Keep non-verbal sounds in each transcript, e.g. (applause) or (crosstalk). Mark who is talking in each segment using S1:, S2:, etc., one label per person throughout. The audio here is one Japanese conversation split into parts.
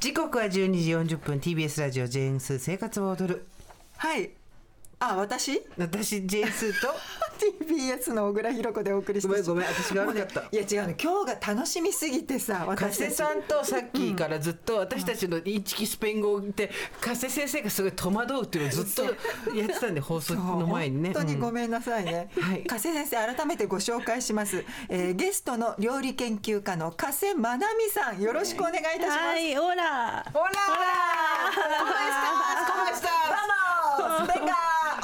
S1: 時刻は12時40分 TBS ラジオジェーンスー生活を踊る
S2: はいあ私
S1: 私ジェーンスーと
S2: TBS の小倉弘子でお送りして
S1: ごめんごめん私が悪かった
S2: いや違うの今日が楽しみすぎてさ
S1: (laughs) 加
S2: 私
S1: 瀬
S2: たち
S1: さんとさっきからずっと私たちのインチキスペイン語を言って加瀬先生がすごい戸惑うっていうのをずっとやってたんで放送
S2: そう
S1: の前にね
S2: 本当に
S1: うん
S2: ごめんなさいね、
S1: (laughs) はい
S2: 加瀬先生改めてご紹介します、えーゲストの料理研究家の加瀬まなみさんよろしくお願いいたします、
S3: はい、オラ。
S2: オラー
S1: ¿Cómo estás?
S2: ¡Vamos! ¡Venga!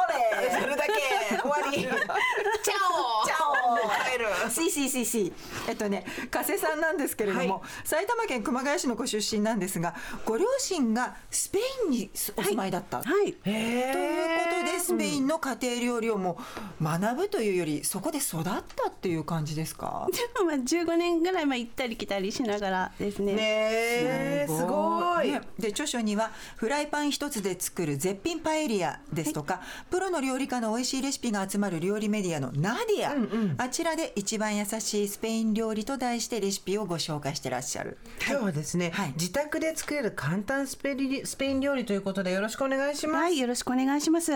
S2: ¡Ole!
S1: それだけ終わりチャオ
S2: ¡Chao!
S1: 帰る
S2: Sí, sí, sí, sí. えっとね、加瀬さんなんですけれども、埼玉県熊谷市のご出身なんですが、ご両親がスペインにお住まいだった。
S3: はい。
S1: へー
S2: ということで、スペインの家庭料理をもう学ぶというより、そこで育ったっていう感じですか
S3: でもまあ15年ぐらいまあ行ったり来たりしながらですね。
S1: ねえすごい
S2: ねで著書にはフライパン一つで作る絶品パエリアですとか、プロの料理家の美味しいレシピが集まる料理メディアのナディア、あちらで一番優しいスペイン料理と題してレシピをご紹介してらっしゃる。
S1: 今日はですね、
S2: はい
S1: 自宅で作れる簡単スペリスペイン料理ということでよろしくお願いします、
S3: はい、よろしくお願いします。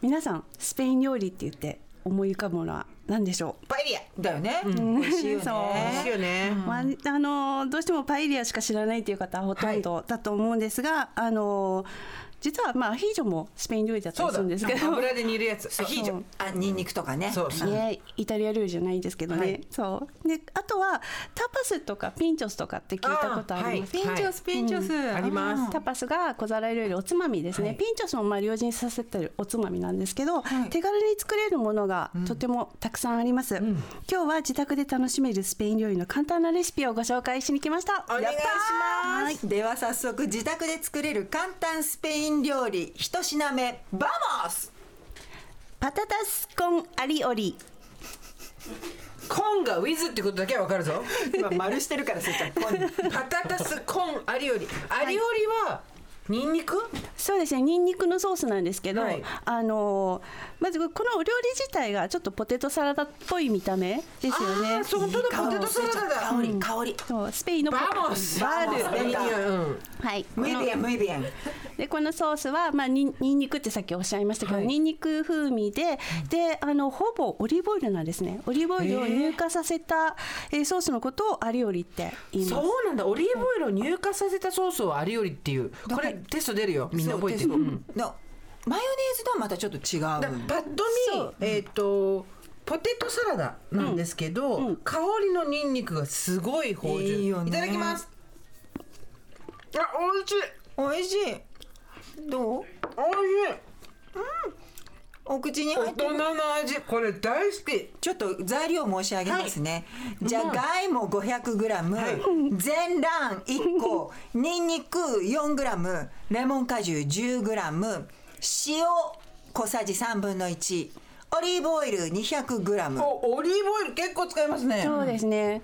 S3: 皆さん、スペイン料理って言って思い浮かぶものは何でしょう
S1: パエリア
S2: だよね。美味しいよ
S3: そう
S1: 美味しいよ
S2: ね。
S1: ね、
S3: まあ、あのどうしてもパエリアしか知らないという方はほとんどだと思うんですが、あの実はまあアヒージョもスペイン料理だったりするんですけど
S1: 油で煮るやつアヒージョ
S2: あ、ニンニクとかね。
S1: そうそう
S3: ね、イタリア料理じゃないんですけどね、
S1: はい
S3: そうであとはタパスとかピンチョスとかって聞いたことあります
S1: あーはいピンチョ
S2: スピンチョス
S1: んあります
S3: タパスが小皿料理おつまみですね、ピンチョスもまあ両陣させてるおつまみなんですけど、
S2: はい
S3: 手軽に作れるものがとてもたくさんあります、今日は自宅で楽しめるスペイン料理の簡単なレシピをご紹介しに来ました
S1: お願いします
S2: す。では早速自宅で作れる簡単スペイン料理一品目バモス。
S3: パタタスコンアリオリ
S1: コンがウィズってことだけはわかる (laughs) ぞ
S2: 今丸してるからせっち (laughs) ゃん。こん
S1: パタタスコンアリオリアリオリはニンニク
S3: そうですねニンニクのソースなんですけど、
S1: はい
S3: あのーまずこのお料理自体がちょっとポテトサラダっぽい見た目ですよね
S1: そう本当だポテトサラダだ
S2: 香り香り。
S3: そうスペインのポ
S1: バモス
S3: バ
S2: モス
S3: ール
S1: いい匂いうん
S3: はい
S2: ムイビエンムイビエン。
S3: でこのソースは、まあ、にんにんにくってさっきおっしゃいましたけど、
S1: はい
S3: にんにく風味でであのほぼオリーブオイルなんですねオリーブオイルを乳化させた、えーソースのことをアリオリって言います
S1: そうなんだオリーブオイルを乳化させたソースをアリオリっていうこれテスト出るよみんな覚えてる
S2: そうですのマヨネーズとはまたちょっと違
S1: だ
S2: う。
S1: パッと
S3: そう
S1: 見えっ、とポテトサラダなんですけど、香りのニンニクがすごい芳醇
S2: いいよね
S1: ただきますあ美味しい
S2: 美味しい。どう？
S1: 美味しい
S2: お口に入
S1: 大
S2: って
S1: 人
S2: る。
S1: の味これ大好き
S2: ちょっと材料申し上げますね。じゃがいも 500g、
S1: はい
S2: 全卵1個、にんにく 4g、レモン果汁 10g、塩小さじ3分の1、オリーブオイル 200g。
S1: おオリーブオイル結構使いますね
S3: そうですね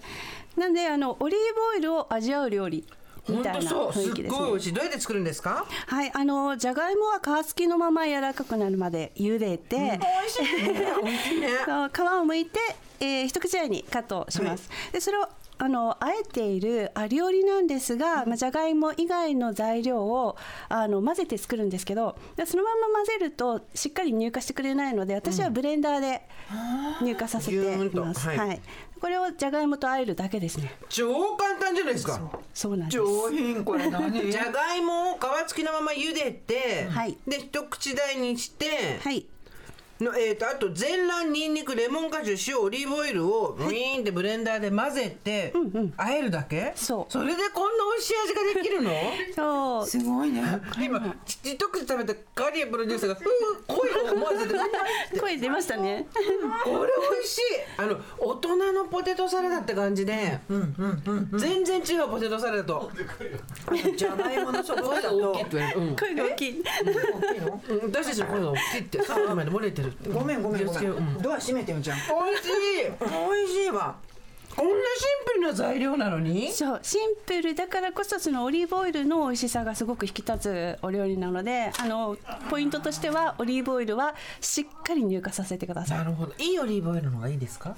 S3: なんであのオリーブオイルを味わう料理み
S1: 本
S3: た
S1: 当
S3: いな
S1: そうす
S3: 雰囲
S1: っ
S3: 気です
S1: ごい美
S3: ね
S1: 味しいどうやって作るんですか
S3: はいあのじゃがいもは皮付きのまま柔らかくなるまで茹でて、
S1: 美味しいね美味しいね
S3: (laughs) そう皮を剥いて、えー一口大にカットします。でそれをあの和えているアリオリなんですが、まあじゃがいも以外の材料をあの混ぜて作るんですけどでそのまま混ぜるとしっかり乳化してくれないので私はブレンダーで乳化させて
S1: ギューン
S3: い
S1: と
S3: ます、
S1: はい
S3: はい、これをじゃがいもと和えるだけですね
S1: 超簡単じゃないですか
S3: そうなんです
S2: 品これ何
S1: (laughs) じゃがいもを皮付きのまま茹でて、
S3: はい
S1: で一口大にして、
S3: はい
S1: のえー、とあと全卵にんにくレモン果汁塩オリーブオイルをウィーンってブレンダーで混ぜて、和えるだけ
S3: そう
S1: それでこんな美味しい味ができ (laughs) るの
S3: そう
S2: すごいね。
S1: 今ち一口食べたカリエプロデューサーが「うー声を思わ (laughs) せて
S3: 声出ました
S1: (laughs)
S3: ね
S1: これ美味しいあの大人のポテトサラダって感じで、全然違うポテトサラダと
S2: じゃがいものそこ
S1: 声
S2: だ
S1: が
S2: と
S1: 大きいって言われる、うん
S3: 声が大きい
S2: 大きいの？
S1: うん、私たちの声が大きい (laughs) ってさっきまで漏れてるって
S2: ごめんごめん
S1: 気を
S2: ごめ。
S1: つけようん
S2: ドア閉めてよじゃん。
S1: 美味しい
S2: 美味しいわ。
S1: こんなシンプルな材料なのに
S3: そうシンプルだからこそそのオリーブオイルの美味しさがすごく引き立つお料理なのであのポイントとしてはオリーブオイルはしっかり乳化させてください
S1: なるほどいいオリーブオイルの方がいいですか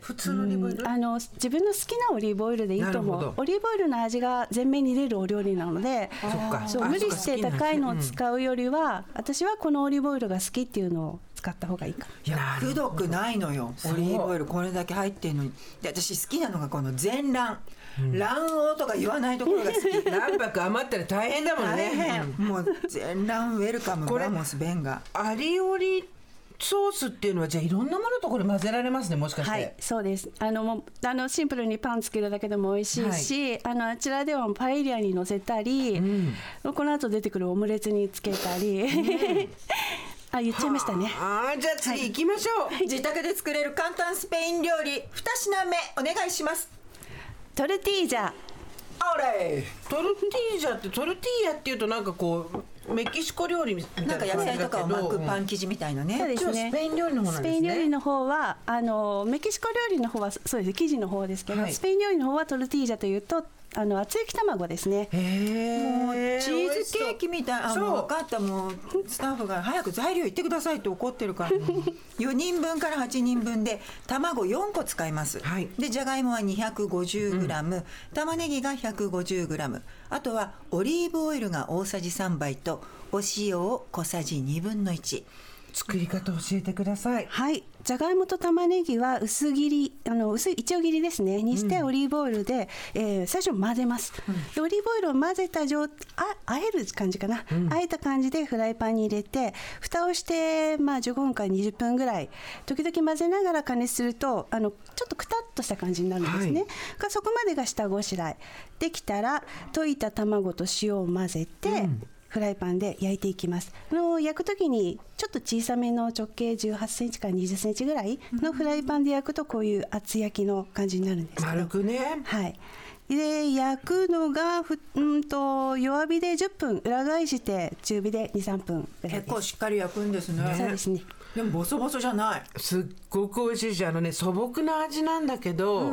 S1: 普通のオリーブオイル
S3: あの自分の好きなオリーブオイルでいいと思
S1: なるほ
S3: う
S1: ど
S3: オリーブオイルの味が前面に出るお料理なので
S1: そっか
S3: そう
S1: あ
S3: 無理
S1: そっか
S3: して
S1: 好きなんですね
S3: 高いのを使うよりは私はこのオリーブオイルが好きっていうのを使った方がいいかも
S1: いや
S2: くどくないのよ
S1: う
S2: オリーブオイルこれだけ入ってるのにで私好きなのがこの全卵、卵黄とか言わないところが好
S1: (laughs)
S2: き
S1: 卵白余ったら大変だもん
S2: 大変
S1: ね
S2: もう全卵ウェルカム
S1: これ
S2: ラモスベンガ
S1: アリオリソースっていうのはじゃあいろんなものとこれ混ぜられますねもしかして、
S3: はい、そうです。あのもうあのシンプルにパンつけるだけでも美味しいし、あのあちらではパエリアに乗せたり、この後出てくるオムレツにつけたり、 (laughs) あ言っちゃいましたね。
S1: あーじゃあ次行きましょう、
S2: 自宅で作れる簡単スペイン料理2品目お願いします
S3: トルティージャ、
S2: オレ
S1: トルティージャってトルティーヤっていうとなんかこうメキシコ料理みたい
S2: な
S1: なん
S2: か野菜とかを巻くパン生地みたいなね
S3: そうですね。
S1: スペイン料理の方な
S3: ス
S1: ん
S3: ペ
S1: で
S3: イ
S1: す
S3: ン
S1: ね
S3: 料理の方はあのメキシコ料理の方はそうです生地の方ですけど、
S1: はい
S3: スペイン料理の方はトルティージャというとあの厚焼き卵ですね。
S1: へえ
S2: チーズケーキみたいあ
S1: そう
S2: もう分かったもうスタッフが早く材料言ってくださいって怒ってるから4人分から8人分で卵4個使います、
S1: はい
S2: でじゃがいもは 250g、玉ねぎが 150g あとはオリーブオイルが大さじ3杯とお塩を小さじ1 2分の1
S1: 作り方教えてください
S3: はい、じゃがいもと玉ねぎは薄切りあの薄い一応切りですねにしてオリーブオイルで、えー最初混ぜます、でオリーブオイルを混ぜた状ああえる感じかな、あえた感じでフライパンに入れて蓋をして、まあ、15分から20分ぐらい時々混ぜながら加熱するとあのちょっとくたっとした感じになるんですね、
S1: はい
S3: がそこまでが下ごしらえできたら溶いた卵と塩を混ぜて、フライパンで焼いていきますあの焼く時にちょっと小さめの直径1 8センチから2 0センチぐらいのフライパンで焼くとこういう厚焼きの感じになるんですけど
S1: 丸くね
S3: はいで焼くのがふうんと弱火で10分裏返して中火で23分ぐらい
S2: 結
S3: です
S2: 構しっかり焼くんですね
S3: そうですね
S2: でもボソボソじゃない
S1: すっごく美味しいしあのね素朴な味なんだけど、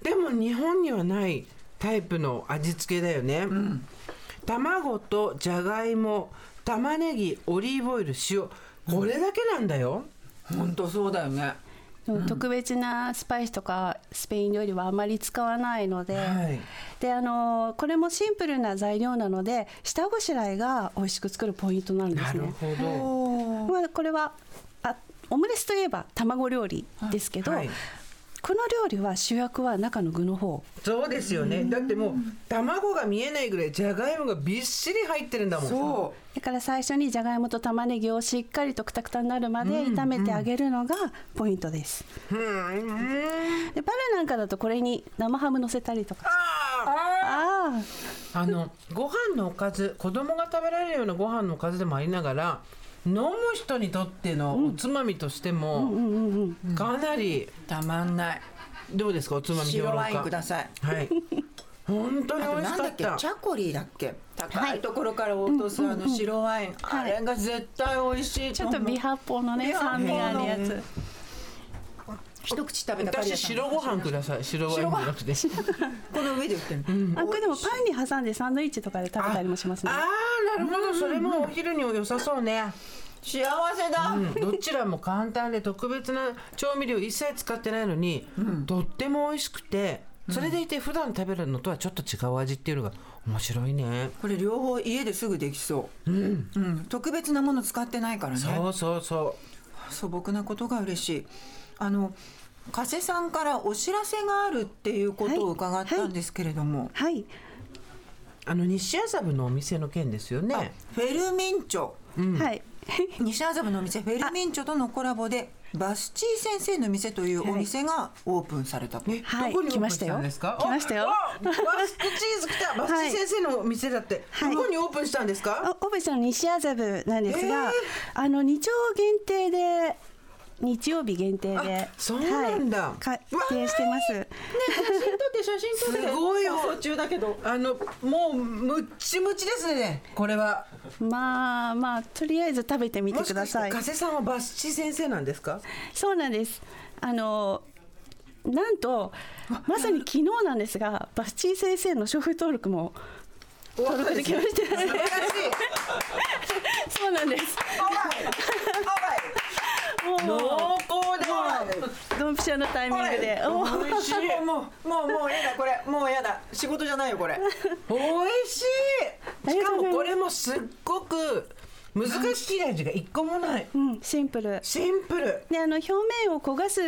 S1: でも日本にはないタイプの味付けだよね、卵とじゃがいも玉ねぎオリーブオイル塩これだけなんだよ、
S2: 本当そうだよね
S3: 特別なスパイスとかスペイン料理はあまり使わないので、
S1: はい
S3: であのこれもシンプルな材料なので下ごしらえが美味しく作るポイントなんで
S1: な
S3: す
S1: る
S3: ね。
S1: ほど
S3: まあ、これはあオムレツといえば卵料理ですけど、
S1: はい
S3: この料理は主役は中の具の方
S1: そうですよねだってもう卵が見えないぐらいじゃがいもがびっしり入ってるんだもん
S2: そ
S3: だから最初にじゃがいもと玉ねぎをしっかりとくたくたになるまで炒めてあげるのがポイントです、でパルなんかだとこれに生ハム乗せたりとかああー
S1: あのご飯のおかず子供が食べられるようなご飯のおかずでもありながら飲む人にとってのおつまみとしてもかなり
S2: うたまんない
S1: どうですかおつまみ評
S2: 白
S1: 論
S2: ワイン
S1: 家
S2: ください
S1: はい本当に
S2: あと
S1: 美味
S2: な
S1: し
S2: ん
S1: か
S2: だ
S1: っ
S2: っけ
S1: た
S2: チャコリーだっけ高いところから落とすあの白ワインあれが絶対美味しい
S3: ちょっと
S2: 思う
S3: 美発泡のね
S2: 美
S3: 酸
S2: 発
S3: 味
S2: 泡の
S3: があるやつ
S2: 一口食べたカリ
S1: 私
S2: アさんの
S1: 白ご飯ください白ワインじゃなくて
S2: この上で売ってる
S3: あこれでもパンに挟んでサンドイッチとかで食べたりもしますね
S1: ああなるほどそれもお昼にも良さそうね
S2: 幸せだ
S1: うんどちらも簡単で特別な調味料一切使ってないのに、とっても美味しくてそれでいて普段食べるのとはちょっと違う味っていうのが面白いね、
S2: これ両方家ですぐできそううん特別なもの使ってないからね
S1: そうそうそ
S2: 素朴なことが嬉しいあの加瀬さんからお知らせがあるっていうことを伺ったんですけれども
S3: はい、
S1: うあの西麻布のお店の件ですよね
S2: フェルミンチョ
S1: (laughs)
S3: はい
S2: 西麻布のお店フェルミンチョとのコラボでバスチー先生の店というお店がオープンされたと、
S1: え
S3: はい
S1: どこにオー
S3: 来
S1: プン
S3: ま
S1: し
S3: した
S1: た
S3: よ
S1: んですか
S3: 来ましたよ
S1: ああバスチーズ来たバスチー先生のお店だって、
S3: はい
S1: どこにオープンしたんですか、
S3: オブジェの西麻布なんですが、
S1: えー
S3: あの日曜限定で日曜日限定で
S1: あそうなんだ
S3: はい、開店してます
S2: 写真撮って写真
S1: すごいよ
S2: 放送中だけど
S1: あのもうむっちむちですねこれは
S3: まあまあとりあえず食べてみて
S1: もし
S3: く
S1: か
S3: だ
S1: して
S3: さい
S1: 加瀬さんはバスチー先生なんですか
S3: そうなんですあのなんとまさに昨日なんですがバスチー先生の商標登録も登録できまして
S1: 素晴らしい
S3: そうなんです
S2: ハワイハワイ
S1: 濃厚だ
S3: ドンピシャのタイミングでおー
S1: 美味しい
S2: もうもうもうやだこれもうやだ仕事じゃないよこれ
S1: 美味しいしかもこれもすっごく難しい味が一個もない
S3: うん、シンプル
S1: シンプル
S3: であの表面を焦がす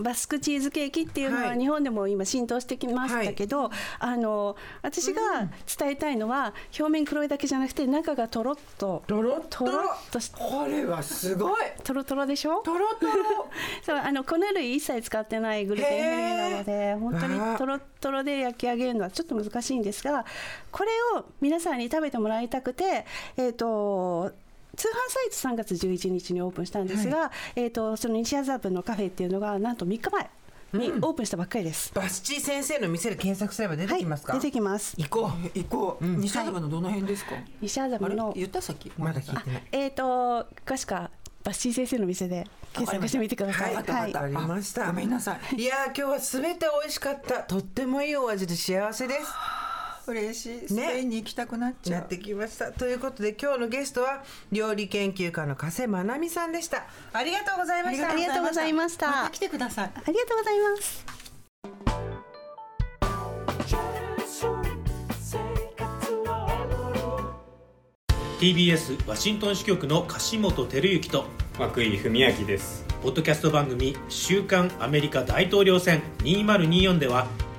S3: バスクチーズケーキっていうの
S1: は
S3: はい日本でも今浸透してきましたけど、あの私が伝えたいのは表面黒いだけじゃなくて中がとろっと
S1: とろっと
S3: とろっとし
S1: これはすごい
S3: とろとろでしょ
S1: とろとろ
S3: (laughs) そうあの粉類一切使ってないグルテンフリーなの
S1: へ
S3: で
S1: ー
S3: 本当
S1: わあ
S3: にとろとろで焼き上げるのはちょっと難しいんですがこれを皆さんに食べてもらいたくてえっ、と通販サイト3月11日にオープンしたんですが、えっとその西麻布のカフェっていうのがなんと3日前にオープンしたばっかりです。
S1: バスチー先生の店で検索すれば出てきますか、
S3: はい、出てきます。
S1: 行こ
S2: 行こう、西麻布のどの辺ですか、
S3: 西麻
S2: あ
S3: 布
S2: れ
S3: の
S2: 言ったさっき
S1: うまだ聞いてない
S3: えっ、と詳しくはバッシー先生の店で検索してみてください。
S1: わかりましたはいわかりました
S2: ごめんなさい
S1: いやー今日はすべて美味しかったとってもいいお味で幸せです
S2: 嬉しいスペインに行きたくなっちゃ
S1: な
S2: う、
S1: ってきましたということで今日のゲストは料理研究家の加瀬まなみさんでしたありがとうございました
S3: ありがとうございました
S2: また来てください
S3: ありがとうございます。
S4: TBS ワシントン支局の樫本照之と
S5: 涌井文明です
S4: ポッドキャスト番組「週刊アメリカ大統領選2024」では